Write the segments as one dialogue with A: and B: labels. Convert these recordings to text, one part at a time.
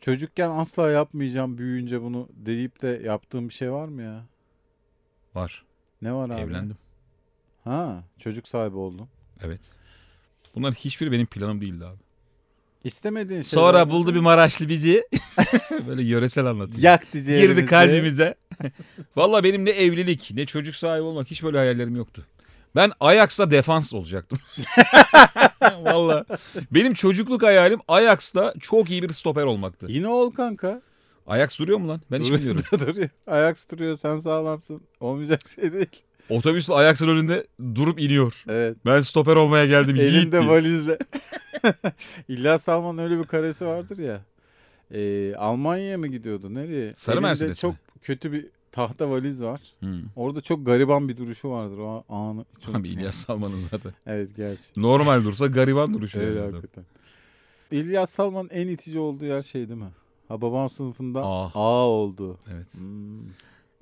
A: Çocukken asla yapmayacağım büyüyünce bunu deyip de yaptığım bir şey var mı ya?
B: Var.
A: Ne var abi?
B: Evlendim.
A: Ha, çocuk sahibi oldun.
B: Evet. Bunların hiçbiri benim planım değildi abi.
A: İstemediğin şeyler.
B: Sonra buldu bir Maraşlı bizi. Böyle yöresel anlatıyor.
A: yak
B: Girdi
A: diyeceğimizi.
B: kalbimize. Valla benim ne evlilik ne çocuk sahibi olmak hiç böyle hayallerim yoktu. Ben Ajax'ta defans olacaktım. Valla. Benim çocukluk hayalim Ajax'ta çok iyi bir stoper olmaktı.
A: Yine ol kanka.
B: Ajax duruyor mu lan? Ben hiç
A: Dur-
B: bilmiyorum.
A: duruyor. Ayak duruyor sen sağlamsın. Olmayacak şey değil.
B: Otobüs Ajax'ın önünde durup iniyor.
A: Evet.
B: Ben stoper olmaya geldim yiğit
A: Elinde
B: diye.
A: valizle. İlla Salman'ın öyle bir karesi vardır ya. Ee, Almanya'ya mı gidiyordu? Nereye?
B: Sarı
A: Elinde
B: Mercedes
A: çok
B: mi?
A: kötü bir tahta valiz var.
B: Hmm.
A: Orada çok gariban bir duruşu vardır. O anı. hiç
B: Abi
A: unutmam.
B: İlyas Salman'ın zaten.
A: Evet gerçi.
B: Normal dursa gariban duruşu.
A: Öyle
B: yani adam.
A: hakikaten. İlyas Salman'ın en itici olduğu yer şey değil mi? Ha babam sınıfında
B: Aa.
A: A, oldu.
B: Ah. Evet.
A: Hmm,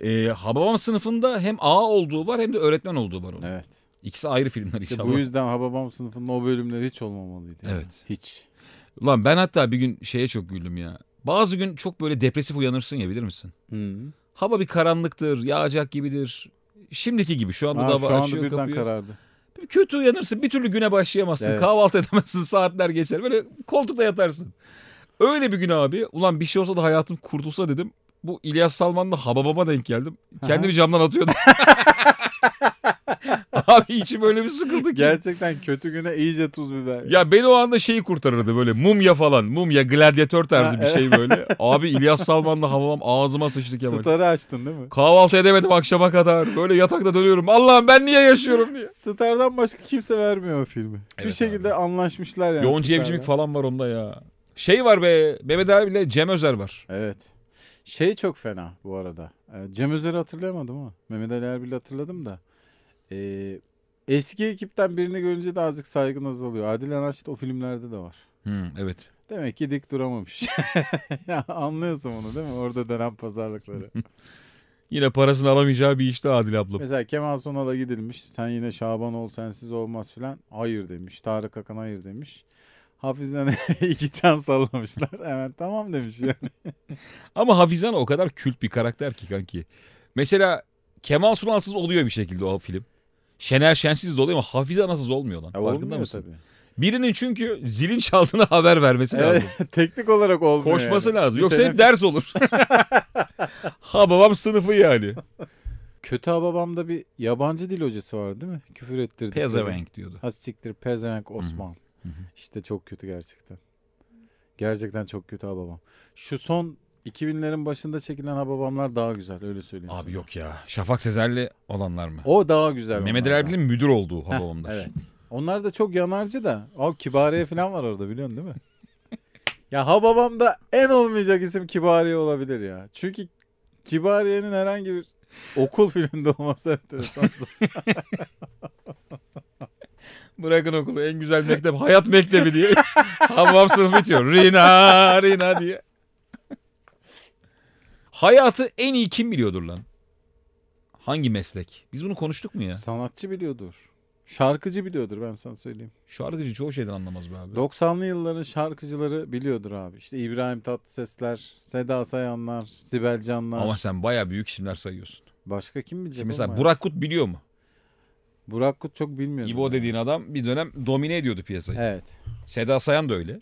B: Ee, Hababam sınıfında hem A olduğu var hem de öğretmen olduğu var onun.
A: evet.
B: İkisi ayrı filmler
A: İşte
B: inşallah.
A: bu yüzden ha babam sınıfında o bölümler hiç olmamalıydı. yani.
B: Evet.
A: Hiç.
B: Ulan ben hatta bir gün şeye çok güldüm ya. Bazı gün çok böyle depresif uyanırsın ya bilir misin?
A: Hmm.
B: Hava bir karanlıktır, yağacak gibidir. Şimdiki gibi şu anda
A: Aa,
B: daha
A: şu anda
B: açıyor
A: birden
B: kapıyı.
A: karardı.
B: Bir Kötü uyanırsın bir türlü güne başlayamazsın.
A: Evet.
B: Kahvaltı edemezsin saatler geçer. Böyle koltukta yatarsın. Öyle bir gün abi ulan bir şey olsa da hayatım kurtulsa dedim. Bu İlyas Salman'la Hababam'a denk geldim.
A: Aha.
B: Kendimi camdan atıyordum. abi içim öyle bir sıkıldı ki.
A: Gerçekten kötü güne iyice tuz biber.
B: Ya beni o anda şeyi kurtarırdı böyle mumya falan. Mumya gladyatör tarzı
A: Ha,
B: bir şey böyle. Abi İlyas Salman'la Hababam ağzıma sıçtı Kemal.
A: Star'ı açtın değil mi?
B: Kahvaltı edemedim akşama kadar. Böyle yatakta dönüyorum. Allah'ım ben niye yaşıyorum diye.
A: Star'dan başka kimse vermiyor o filmi. bir
B: Evet
A: şekilde anlaşmışlar yani.
B: Yoğun
A: Star'la.
B: Cevcimik falan var onda ya. Şey var be Mehmet Ali ile Cem Özer var.
A: Evet. Şey çok fena bu arada. Ee, Cem Özer'i hatırlayamadım ama. Mehmet Ali Erbil'i hatırladım da. Ee, eski ekipten birini görünce de azıcık saygın azalıyor. Adil Anaşit o filmlerde de var.
B: Hı, evet.
A: Demek ki dik duramamış. ya anlıyorsun onu değil mi? Orada dönen pazarlıkları.
B: Yine parasını alamayacağı bir işte Adil abla.
A: Mesela Kemal Sunal'a gidilmiş. Sen yine Şaban ol sensiz olmaz filan. Hayır demiş. Tarık Akan hayır demiş. Hafizden iki can sallamışlar. Hemen tamam demiş yani.
B: Ama Hafizan o kadar kült bir karakter ki kanki. Mesela Kemal Sunalsız oluyor bir şekilde o film. Şener Şensiz de oluyor ama Hafizanasız olmuyor lan.
A: Ya
B: Farkında
A: olmuyor
B: mısın?
A: tabii.
B: Birinin çünkü zilin çaldığını haber vermesi lazım.
A: Evet, teknik olarak olmuyor.
B: Koşması
A: yani.
B: lazım.
A: Bir
B: Yoksa hep
A: teneffüs-
B: ders olur. ha babam sınıfı yani.
A: Kötü babamda bir yabancı dil hocası var değil mi? Küfür ettirdi.
B: Pezevenk diyordu.
A: Ha siktir pezevenk Osman.
B: Hı hı.
A: İşte çok kötü gerçekten. Gerçekten çok kötü babam. Şu son 2000'lerin başında çekilen babamlar daha güzel öyle söyleyeyim.
B: Abi
A: sana.
B: yok ya. Şafak Sezer'li olanlar mı?
A: O daha güzel.
B: Mehmet Ali
A: onlardan.
B: Erbil'in müdür olduğu
A: Heh,
B: havamlar.
A: Evet. Onlar da çok yanarcı da. O Kibariye falan var orada biliyorsun değil mi? ya ha babamda en olmayacak isim Kibariye olabilir ya. Çünkü Kibariye'nin herhangi bir okul filminde olması enteresan.
B: Bırakın okulu en güzel mektep hayat mektebi diye. Hamam sınıfı bitiyor. Rina Rina diye. Hayatı en iyi kim biliyordur lan? Hangi meslek? Biz bunu konuştuk mu ya?
A: Sanatçı biliyordur. Şarkıcı biliyordur ben sana söyleyeyim.
B: Şarkıcı çoğu şeyden anlamaz be abi.
A: 90'lı yılların şarkıcıları biliyordur abi. İşte İbrahim Tatlısesler, Seda Sayanlar, Sibel Canlar.
B: Ama sen baya büyük isimler sayıyorsun.
A: Başka kim bilecek?
B: Şimdi mesela
A: oğlum
B: Burak Kut biliyor mu?
A: ya? Burak Kut çok bilmiyorum.
B: İbo
A: ya.
B: dediğin adam bir dönem domine ediyordu piyasayı.
A: Evet.
B: Seda Sayan da öyle.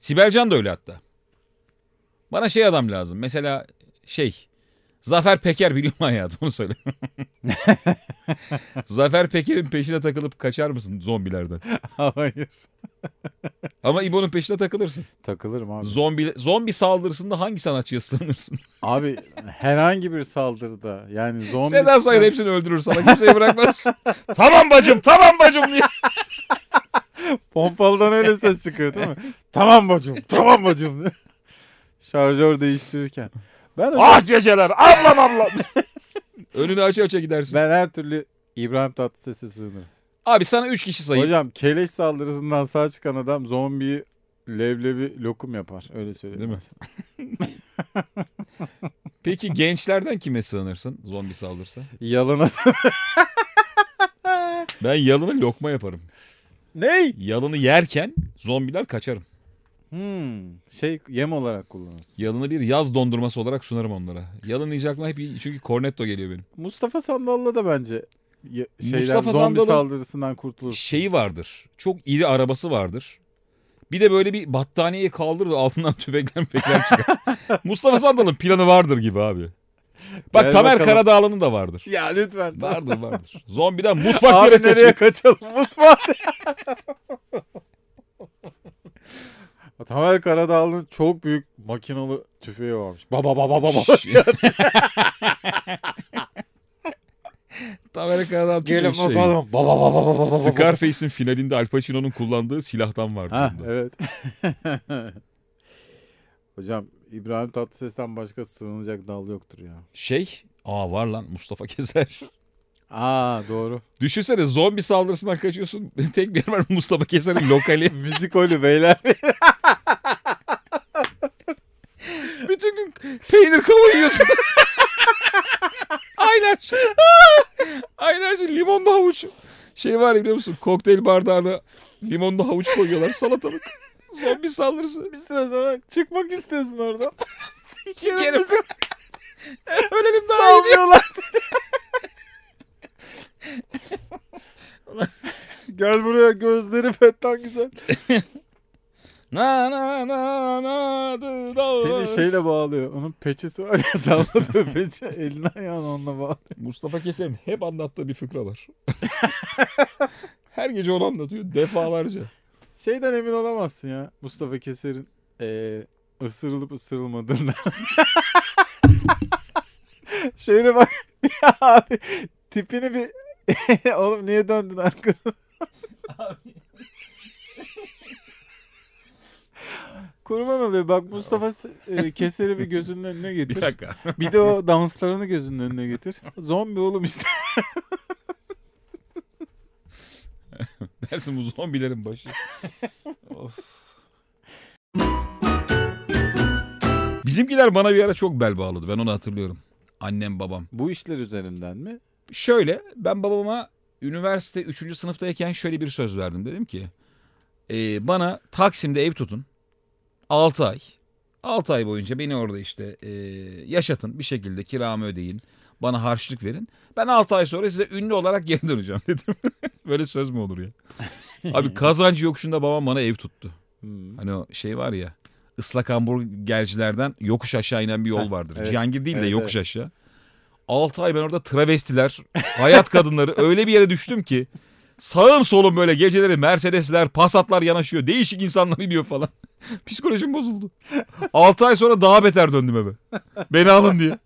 B: Sibel Can da öyle hatta. Bana şey adam lazım. Mesela şey. Zafer Peker biliyor mu hayatım onu söyle. Zafer Peker'in peşine takılıp kaçar mısın zombilerden?
A: Hayır.
B: Ama İbo'nun peşine takılırsın.
A: Takılırım abi.
B: Zombi zombi saldırısında hangi sanatçıya sığınırsın?
A: Abi herhangi bir saldırıda yani zombi...
B: Seda Sayan hepsini öldürür sana kimseyi bırakmaz. tamam bacım tamam bacım diye.
A: Pompalıdan öyle ses çıkıyor değil mi? tamam bacım tamam bacım. Şarjör değiştirirken. Ben, öyle-
B: ah geceler ablam ablam. Önünü aça aça gidersin.
A: ben her türlü İbrahim Tatlıses'e sığınırım.
B: Abi sana 3 kişi sayayım.
A: Hocam keleş saldırısından sağ çıkan adam zombiyi leblebi lokum yapar. Öyle söyleyeyim.
B: Değil mi? Peki gençlerden kime sığınırsın zombi saldırsa?
A: Yalana
B: Ben yalını lokma yaparım.
A: Ney?
B: Yalını yerken zombiler kaçarım.
A: Hmm, şey yem olarak kullanırsın.
B: Yalını bir yaz dondurması olarak sunarım onlara. Yalınlayacaklar hep çünkü cornetto geliyor benim.
A: Mustafa Sandal'la da bence ya- şeyler
B: Mustafa
A: zombi
B: Sandal'ın-
A: saldırısından kurtulur.
B: Şeyi vardır. Çok iri arabası vardır. Bir de böyle bir battaniyeyi kaldırır da altından tüfekler tüfekler çıkar. Mustafa Sandal'ın planı vardır gibi abi. Bak
A: Gel
B: Tamer
A: bakalım.
B: Karadağlı'nın da vardır.
A: Ya lütfen.
B: Vardır vardır. Zombiden mutfak
A: Abi
B: yönetici.
A: nereye kaçalım? Mutfağa. Tamer Karadağlı'nın çok büyük makinalı tüfeği varmış. Baba baba baba.
B: Tamer Karadağlı tüm bir şey.
A: Baba baba baba baba.
B: Scarface'in finalinde Al Pacino'nun kullandığı silahtan vardır.
A: Ha
B: bunda.
A: evet. Hocam İbrahim Tatlıses'ten başka sığınacak dal yoktur ya.
B: Şey, aa var lan Mustafa Keser.
A: Aa doğru.
B: Düşünsene zombi saldırısından kaçıyorsun. Tek bir yer var Mustafa Keser'in lokali.
A: Müzikolü beyler.
B: Bütün gün peynir kavun yiyorsun. Aylar şey. Aylar şey limonlu havuç. Şey var ya biliyor musun? Kokteyl bardağına limonlu havuç koyuyorlar salatalık. Zombi saldırısı.
A: Bir süre sonra çıkmak istiyorsun oradan. İki
B: kere
A: kere müzik
B: Ölelim daha iyi diye.
A: sallıyorlar seni. Gel buraya gözleri fettan güzel.
B: Na na na na dı, da.
A: Seni şeyle bağlıyor. Onun peçesi var ya salladığı peçe. Elini ayağını onunla bağlıyor.
B: Mustafa Keser'in hep anlattığı bir fıkra var. Her gece onu anlatıyor defalarca.
A: Şeyden emin olamazsın ya. Mustafa Keser'in eee ısırılıp ısırılmadığından. Şöyle bak. Ya abi tipini bir... Oğlum niye döndün arkana? Kurban oluyor. Bak Mustafa Se- eee, Keser'i bir gözünün önüne
B: Bir
A: getir.
B: dakika.
A: Bir de o danslarını gözünün önüne getir. Zombi oğlum işte.
B: Dersin bu zombilerin başı. Of. Bizimkiler bana bir ara çok bel bağladı. Ben onu hatırlıyorum. Annem babam.
A: Bu işler üzerinden mi?
B: Şöyle ben babama üniversite 3. sınıftayken şöyle bir söz verdim. Dedim ki "Ee, bana Taksim'de ev tutun. 6 ay. 6 ay boyunca beni orada işte ee, yaşatın bir şekilde kiramı ödeyin. Bana harçlık verin. Ben 6 ay sonra size ünlü olarak geri döneceğim dedim. Böyle söz mü olur ya? Abi kazancı yokuşunda babam bana ev tuttu.
A: Hmm.
B: Hani o şey var ya ıslak hamburgercilerden yokuş aşağı inen bir yol
A: Heh,
B: vardır.
A: evet.
B: Cihangir değil de
A: Evet,
B: yokuş aşağı. 6 ay ben orada travestiler, hayat kadınları öyle bir yere düştüm ki sağım solum böyle geceleri Mercedesler, Passatlar yanaşıyor. Değişik insanlar iniyor falan. Psikolojim bozuldu. 6 ay sonra daha beter döndüm eve. Beni alın diye.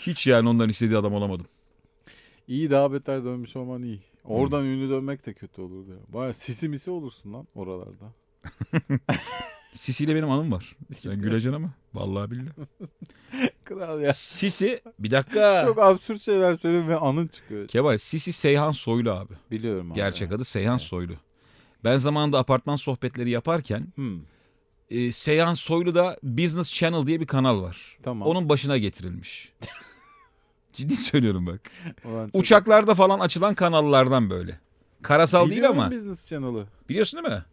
B: Hiç yani onların istediği adam olamadım.
A: İyi daha beter dönmüş olman iyi. Oradan ünlü dönmek de kötü olurdu ya. Baya sisi misi olursun lan oralarda.
B: Sisi'yle benim anım var. Sen güleceksin ama. Vallahi billahi.
A: Kral ya.
B: Sisi bir dakika.
A: Çok absürt şeyler söylüyor ve anın çıkıyor.
B: Kemal Sisi Seyhan Soylu abi.
A: Biliyorum abi.
B: Gerçek adı Seyhan Soylu. Ben zamanında apartman sohbetleri yaparken
A: Hmm,
B: e, Seyhan Soylu da Business Channel diye bir kanal var.
A: tamam.
B: Onun başına getirilmiş. Ciddi söylüyorum bak.
A: Ulan çok-
B: Uçaklarda falan açılan kanallardan böyle. Karasal değil
A: Biliyorum
B: ama
A: Business Channel'ı.
B: biliyorsun değil mi?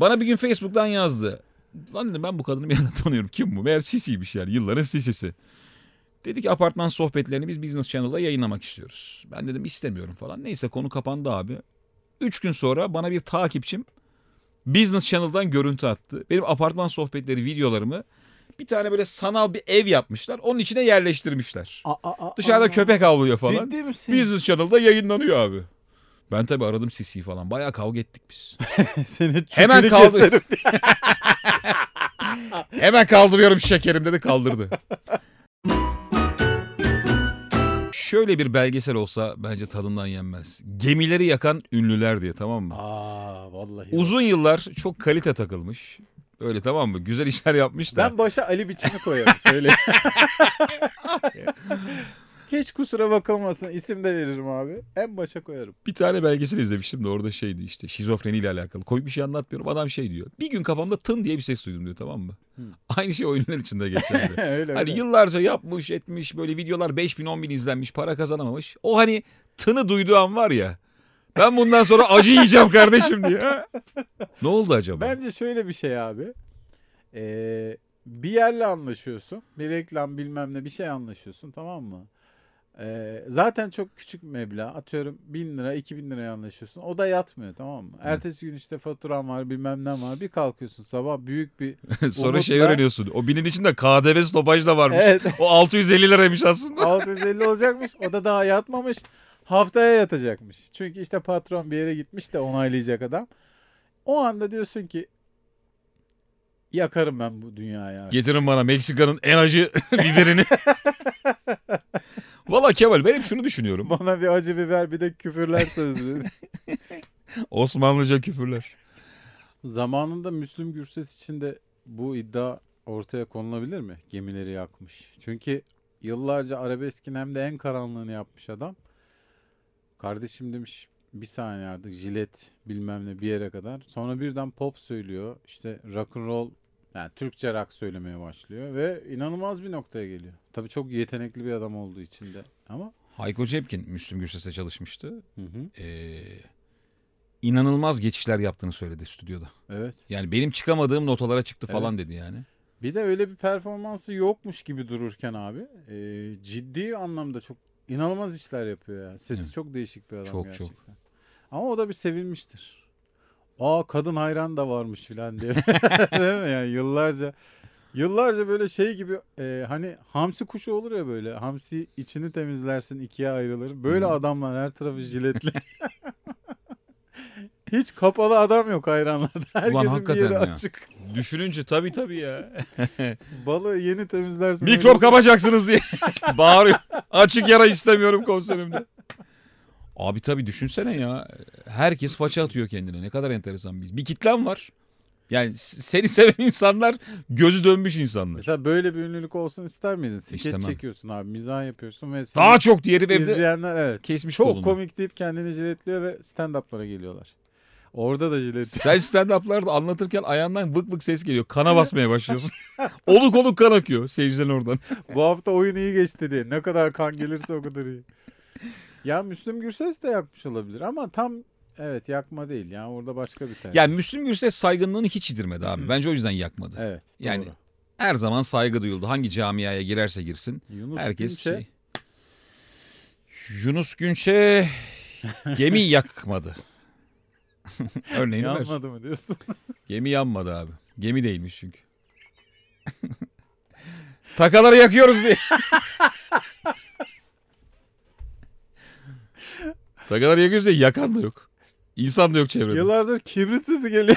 B: Bana bir gün Facebook'tan yazdı. Lan dedim ben bu kadını bir yerden tanıyorum. Kim bu? Meğer Sisi'ymiş yani yılların Sisi'si. Dedi ki apartman sohbetlerini biz Business Channel'da yayınlamak istiyoruz. Ben dedim istemiyorum falan. Neyse konu kapandı abi. Üç gün sonra bana bir takipçim Business Channel'dan görüntü attı. Benim apartman sohbetleri videolarımı bir tane böyle sanal bir ev yapmışlar. Onun içine yerleştirmişler.
A: Aa, aa, aa,
B: Dışarıda
A: aa.
B: köpek avlıyor falan.
A: Ciddi misin?
B: Business Channel'da yayınlanıyor abi. Ben tabii aradım Sisi'yi falan. Bayağı kavga ettik biz.
A: Seni
B: Hemen
A: Hemen
B: kaldı.
A: keserim.
B: Hemen kaldırıyorum şekerim dedi kaldırdı. Şöyle bir belgesel olsa bence tadından yenmez. Gemileri yakan ünlüler diye tamam mı?
A: Aa vallahi.
B: Uzun yıllar çok kalite takılmış. Öyle tamam mı? Güzel işler yapmış da.
A: Ben başa Ali biçimi koyarım söyle. Hiç kusura bakılmasın isim de veririm abi. En başa koyarım.
B: Bir tane belgesel izlemiştim de orada şeydi işte şizofreniyle alakalı. Komik bir şey anlatmıyorum. Adam şey diyor. Bir gün kafamda tın diye bir ses duydum diyor tamam mı?
A: Hı.
B: Aynı şey oyunlar içinde geçerli.
A: öyle
B: Hani
A: öyle.
B: yıllarca yapmış etmiş böyle videolar 5000 bin izlenmiş para kazanamamış. O hani tını duyduğu an var ya Ben bundan sonra acı yiyeceğim kardeşim diye. ne oldu acaba?
A: Bence şöyle bir şey abi. Ee, bir yerle anlaşıyorsun. Bir reklam bilmem ne bir şey anlaşıyorsun tamam mı? Ee, zaten çok küçük meblağ atıyorum 1000 lira 2000 liraya anlaşıyorsun o da yatmıyor tamam mı? Ertesi gün işte faturan var bilmem ne var bir kalkıyorsun sabah büyük bir
B: sonra
A: Umut
B: şey
A: ben-
B: öğreniyorsun. O binin içinde KDV stopaj da varmış.
A: evet
B: O 650 liraymış aslında.
A: 650 olacakmış o da daha yatmamış haftaya yatacakmış çünkü işte patron bir yere gitmiş de onaylayacak adam o anda diyorsun ki yakarım ben bu dünyayı artık.
B: Getirin bana Meksika'nın en acı biberini. Valla Kemal ben hep şunu düşünüyorum.
A: Bana bir acı biber bir de küfürler sözlü.
B: Osmanlıca küfürler.
A: Zamanında Müslüm Gürses için de bu iddia ortaya konulabilir mi? Gemileri yakmış. Çünkü yıllarca arabeskin hem de en karanlığını yapmış adam. Kardeşim demiş bir saniye artık jilet bilmem ne bir yere kadar. Sonra birden pop söylüyor. İşte rock and roll yani Türkçe rock söylemeye başlıyor ve inanılmaz bir noktaya geliyor. Tabii çok yetenekli bir adam olduğu için de ama
B: Hayko Cepkin Müslüm Gürses'e çalışmıştı.
A: hı hı,
B: Ee, inanılmaz geçişler yaptığını söyledi stüdyoda.
A: evet.
B: Yani benim çıkamadığım notalara çıktı
A: Evet.
B: falan dedi yani.
A: Bir de öyle bir performansı yokmuş gibi dururken abi e, ciddi anlamda çok inanılmaz işler yapıyor ya. Sesi
B: Evet.
A: çok değişik bir adam
B: Çok, çok.
A: gerçekten. Ama o da bir sevilmiştir. Aa kadın hayran da varmış filan diye. Değil mi yani yıllarca yıllarca böyle şey gibi e, hani hamsi kuşu olur ya böyle hamsi içini temizlersin ikiye ayrılır. Böyle
B: Hı.
A: adamlar her tarafı jiletli. Hiç kapalı adam yok hayranlarda. Herkesin bir
B: hakikaten
A: yeri
B: ya.
A: açık.
B: Düşününce tabii tabii ya.
A: Balığı yeni temizlersin.
B: Mikrop kapacaksınız diye bağırıyor. Açık yara istemiyorum konserimde. Abi tabii düşünsene ya. Herkes faça atıyor kendine. Ne kadar enteresan bir. Bir kitlem var. Yani s- seni seven insanlar gözü dönmüş insanlar.
A: Mesela böyle bir ünlülük olsun ister miydin? Skeç
B: İstemem.
A: çekiyorsun abi, mizah yapıyorsun ve seni
B: Daha çok diğeri evde
A: izleyenler evet.
B: kesmiş
A: Çok
B: kolunu.
A: komik deyip kendini jiletliyor ve stand-up'lara geliyorlar. Orada da jilet.
B: Sen stand-up'larda anlatırken ayağından vık vık ses geliyor. Kana basmaya başlıyorsun. oluk oluk kan akıyor seyirciden oradan.
A: Bu hafta oyun iyi geçti diye. Ne kadar kan gelirse o kadar iyi. Ya Müslüm Gürses de yakmış olabilir ama tam evet yakma değil. Yani orada başka bir tercih.
B: Yani Müslüm Gürses saygınlığını hiç yedirmedi abi. Bence o yüzden yakmadı.
A: evet.
B: Yani-
A: doğru.
B: Her zaman saygı duyuldu. Hangi camiaya girerse girsin.
A: Yunus
B: Herkes
A: Günçe-
B: şey. Yunus Günçe gemi yakmadı. Örneğini ver.
A: yanmadı mı diyorsun?
B: Gemi yanmadı abi. Gemi değilmiş çünkü. Takaları yakıyoruz diye. Takaları yakıyoruz diye yakan da yok. İnsan da yok çevrede.
A: Yıllardır kibrit sesi geliyor.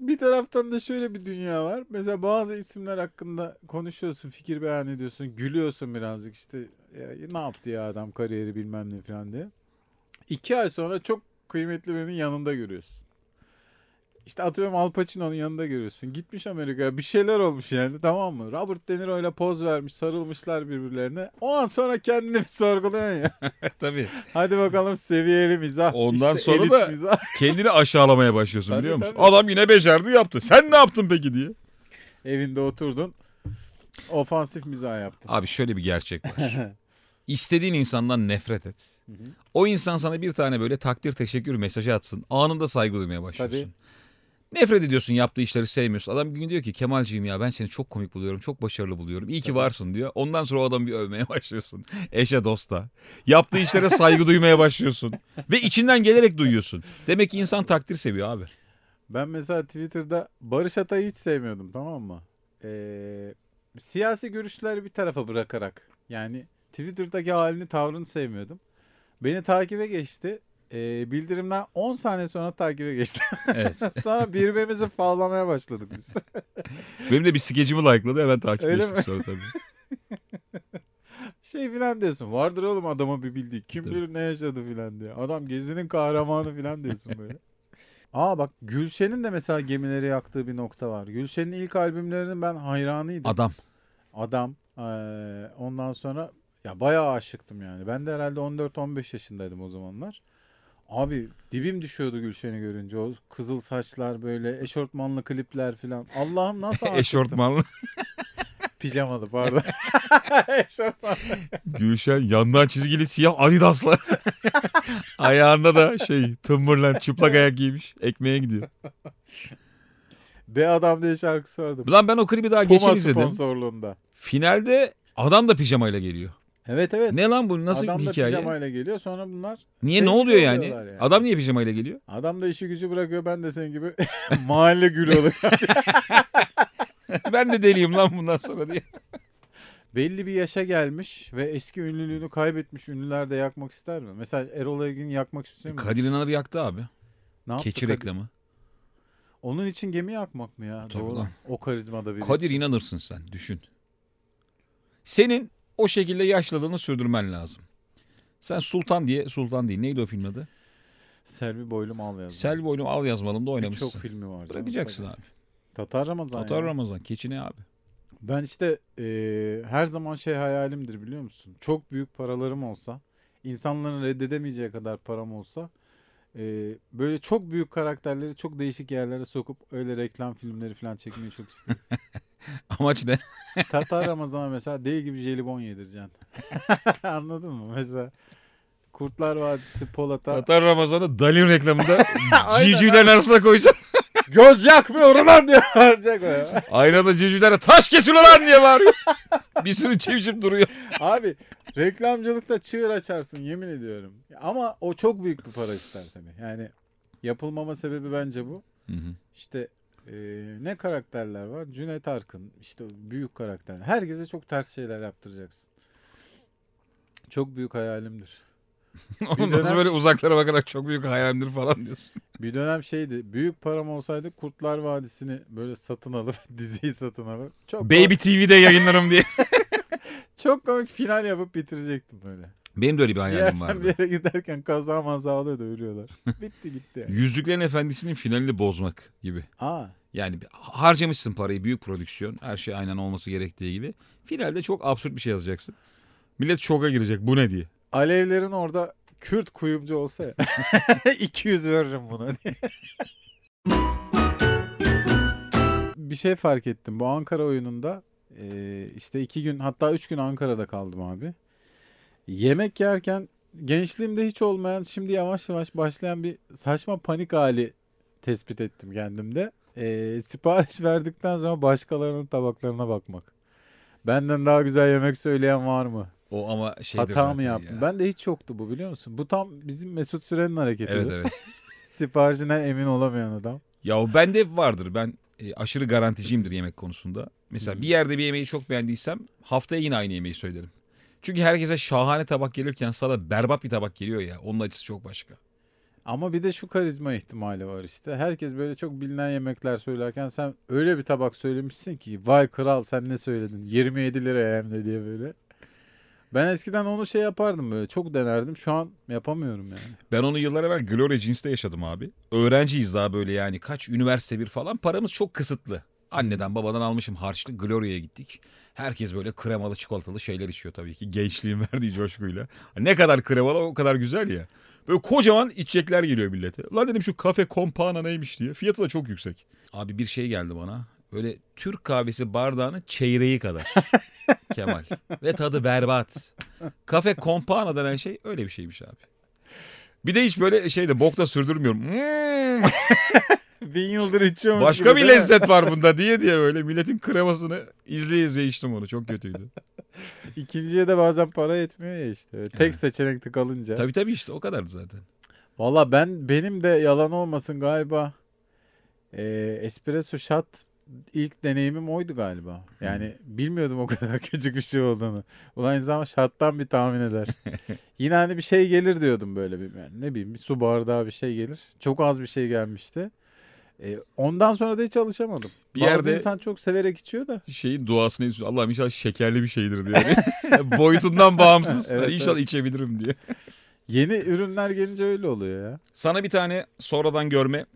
A: bir taraftan da şöyle bir dünya var. Mesela bazı isimler hakkında konuşuyorsun, fikir beyan ediyorsun, gülüyorsun birazcık işte "Ya ne yaptı ya adam kariyeri bilmem ne falan diye. İki ay sonra çok kıymetli birinin yanında görüyorsun. İşte atıyorum Al Pacino'nun yanında görüyorsun. Gitmiş Amerika'ya bir şeyler olmuş yani tamam mı? Robert De Niro ile poz vermiş sarılmışlar birbirlerine. O an sonra kendini bir sorguluyorsun ya.
B: Tabii.
A: Hadi bakalım seviyeli mizah.
B: Ondan
A: işte
B: sonra
A: elit
B: da-
A: mizah.
B: Kendini aşağılamaya başlıyorsun
A: Tabii,
B: biliyor musun?
A: tabii.
B: Adam yine becerdi yaptı. Sen ne yaptın peki diye.
A: Evinde oturdun. Ofansif mizah yaptın.
B: Abi şöyle bir gerçek var. İstediğin insandan nefret et.
A: hı.
B: O insan sana bir tane böyle takdir teşekkür mesajı atsın. Anında saygı duymaya başlıyorsun. Nefret ediyorsun yaptığı işleri sevmiyorsun. Adam bir gün diyor ki Kemalciğim ya ben seni çok komik buluyorum. Çok başarılı buluyorum. İyi ki
A: Tabii.
B: varsın diyor. Ondan sonra o adamı bir övmeye başlıyorsun. Eşe dosta. Yaptığı işlere saygı duymaya başlıyorsun. Ve içinden gelerek duyuyorsun. Demek ki insan takdir seviyor abi.
A: Ben mesela Twitter'da Barış Atay'ı hiç sevmiyordum tamam mı? Ee, siyasi görüşleri bir tarafa bırakarak yani Twitter'daki halini tavrını sevmiyordum. Beni takibe geçti. Ee, bildirimden 10 saniye sonra takibe geçti.
B: Evet.
A: sonra birbirimizi favlamaya başladık biz.
B: Benim de bir skecimi like'ladı hemen
A: Öyle
B: takipleştik
A: mi?
B: sonra tabii.
A: şey filan diyorsun. Vardır oğlum adama bir bildiği. Kim
B: Tabii.
A: bilir ne yaşadı filan diye. Adam gezinin kahramanı filan diyorsun böyle. Aa bak Gülşen'in de mesela gemileri yaktığı bir nokta var. Gülşen'in ilk albümlerinin ben hayranıydım.
B: Adam.
A: Adam. eee, ondan sonra ya bayağı aşıktım yani. Ben de herhalde 14-15 yaşındaydım o zamanlar. Abi dibim düşüyordu Gülşen'i görünce. O kızıl saçlar böyle eşortmanlı klipler falan. Allah'ım nasıl aşıktım.
B: Eşortmanlı.
A: Pijamalı pardon. Eşortman.
B: Gülşen yandan çizgili siyah adidasla. Ayağında da şey tımbırlan çıplak ayak giymiş. Ekmeğe gidiyor.
A: Be adam diye şarkısı vardı.
B: Ulan ben o klibi daha geçen
A: Puma
B: izledim.
A: sponsorluğunda.
B: Finalde adam da pijamayla geliyor.
A: Evet evet.
B: Ne lan bu nasıl
A: adam
B: bir
A: da
B: hikaye?
A: pijamayla geliyor sonra bunlar
B: Niye ne
A: sevgili
B: oluyor yani?
A: oluyorlar yani.
B: Adam niye pijamayla geliyor?
A: adam da işi gücü bırakıyor ben de senin gibi mahalle gülü olacağım.
B: ben de deliyim lan bundan sonra diye.
A: Belli bir yaşa gelmiş ve eski ünlülüğünü kaybetmiş ünlüler de yakmak ister mi? Mesela Erol Evgin'i yakmak istiyor mu?
B: Kadir İnanır yaktı abi.
A: ne yaptı
B: E, Keçi
A: Kadir?
B: reklamı.
A: Onun için gemi yakmak mı ya?
B: E, Tabii
A: Doğru.
B: lan.
A: O karizmada bir.
B: Kadir inanırsın sen düşün. Senin o şekilde yaşladığını sürdürmen lazım. Sen Sultan diye Sultan değil. Neydi o filmin adı?
A: Selvi Boylum al yazdı.
B: Selvi Oylum Al Yazmalım'da oynamışsın.
A: Birçok filmi var. canım.
B: Bırakacaksın
A: Tabii.
B: abi.
A: Tatar Ramazan.
B: Tatar
A: ya.
B: Ramazan. Keçi ne abi?
A: Ben işte eee, her zaman şey hayalimdir biliyor musun? Çok büyük paralarım olsa, insanların reddedemeyeceği kadar param olsa, eee, böyle çok büyük karakterleri çok değişik yerlere sokup öyle reklam filmleri falan çekmeyi çok isterim.
B: Amaç ne?
A: Tatar Ramazan'a mesela deli gibi jelibon yedireceksin. Anladın mı? Mesela Kurtlar Vadisi Polat'a
B: Tatar Ramazan'ı Dalin reklamında
A: Aynen,
B: civcivlerin arasına koyacak.
A: göz yakmıyor lan diye bağıracak o ya.
B: Aynada civcivlere taş kesin lan diye bağırıyor. Bir sürü civciv duruyor.
A: Abi reklamcılıkta çığır açarsın yemin ediyorum. Ama o çok büyük bir para ister tabii. Yani yapılmama sebebi bence bu. İşte e, ne karakterler var? Cüneyt Arkın işte büyük karakter. Herkese çok ters şeyler yaptıracaksın. Çok büyük hayalimdir.
B: Onu
A: Bir
B: nasıl
A: dönem-
B: böyle uzaklara bakarak çok büyük hayalimdir falan diyorsun.
A: Bir dönem şeydi. Büyük param olsaydı Kurtlar Vadisi'ni böyle satın alıp diziyi satın alıp çok
B: Baby TV'de yayınlarım diye.
A: çok komik final yapıp bitirecektim böyle.
B: Benim de öyle bir
A: Bir
B: hayalim
A: yerden
B: vardı.
A: bir yere giderken kaza maza oluyor da ölüyorlar. Bitti gitti. yani.
B: Yüzüklerin Efendisi'nin finalini bozmak gibi.
A: Aa.
B: Yani bir- harcamışsın parayı büyük prodüksiyon her şey aynen olması gerektiği gibi. Finalde çok absürt bir şey yazacaksın. Millet şoka girecek bu ne diye.
A: Alevlerin orada Kürt kuyumcu olsa ya. 200 veririm buna diye. bir şey fark ettim. Bu Ankara oyununda e, işte iki gün hatta üç gün Ankara'da kaldım abi. Yemek yerken gençliğimde hiç olmayan şimdi yavaş yavaş başlayan bir saçma panik hali tespit ettim kendimde. E, sipariş verdikten sonra başkalarının tabaklarına bakmak. Benden daha güzel yemek söyleyen var mı?
B: O ama şeydir
A: Hata mı
B: zaten
A: yaptım?
B: ya.
A: Ben de hiç yoktu bu biliyor musun? Bu tam bizim Mesut Süren'in hareketidir.
B: Evet evet.
A: Siparişinden emin olamayan adam.
B: Ya o bende hep vardır. Ben e, aşırı garanticiyimdir yemek konusunda. Mesela bir yerde bir yemeği çok beğendiysem haftaya yine aynı yemeği söylerim. Çünkü herkese şahane tabak gelirken sana berbat bir tabak geliyor ya. Onun acısı çok başka.
A: Ama bir de şu karizma ihtimali var işte. Herkes böyle çok bilinen yemekler söylerken sen öyle bir tabak söylemişsin ki vay kral sen ne söyledin 27 liraya hem de diye böyle. Ben eskiden onu şey yapardım böyle çok denerdim şu an yapamıyorum yani.
B: Ben onu yıllar evvel Gloria Jeans'te yaşadım abi. Öğrenciyiz daha böyle yani kaç üniversite bir falan paramız çok kısıtlı. Anneden babadan almışım harçlık Gloria'ya gittik. Herkes böyle kremalı çikolatalı şeyler içiyor tabii ki gençliğin verdiği coşkuyla. Ne kadar kremalı o kadar güzel ya. Böyle kocaman içecekler geliyor millete. Lan dedim şu kafe kompana neymiş diye. Fiyatı da çok yüksek. Abi bir şey geldi bana. Böyle Türk kahvesi bardağının çeyreği kadar. Kemal. Ve tadı berbat. Kafe kompana denen şey öyle bir şeymiş abi. Bir de hiç böyle şeyde bokta sürdürmüyorum. Hmm,
A: Bin yıldır içiyormuş
B: başka
A: gibi
B: bir
A: değil mi?
B: lezzet var bunda diye diye böyle milletin kremasını izleye izleye içtim onu. Çok kötüydü.
A: İkinciye de bazen para yetmiyor ya işte. Tek seçenekte kalınca.
B: tabii tabii işte o kadardı zaten.
A: Valla ben benim de yalan olmasın galiba e, espresso shot ilk deneyimim oydu galiba. Yani
B: Hmm.
A: bilmiyordum o kadar küçük bir şey olduğunu. Ulan insan shot'tan bir tahmin eder. Yine hani bir şey gelir diyordum böyle bir yani ne bileyim bir su bardağı bir şey gelir. Çok az bir şey gelmişti. E, ondan sonra da hiç alışamadım.
B: Bir
A: Bazı
B: yerde-
A: insan çok severek içiyor da.
B: Şeyin duasını ediyorsun. Allah'ım inşallah şekerli bir şeydir diye. Boyutundan bağımsız.
A: Evet,
B: inşallah
A: evet.
B: içebilirim diye.
A: Yeni ürünler gelince öyle oluyor ya.
B: Sana bir tane sonradan görme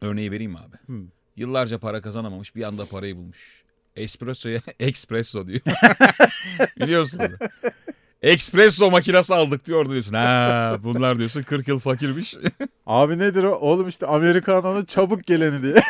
B: örneği vereyim mi abi?
A: Hı.
B: Yıllarca para kazanamamış bir anda parayı bulmuş. Espresso'ya espresso diyor. Biliyorsun. onu. Espresso makinesi aldık diyor orada diyorsun. Ha bunlar diyorsun 40 yıl fakirmiş.
A: Abi nedir o? Oğlum işte Amerikanonun çabuk geleni diye.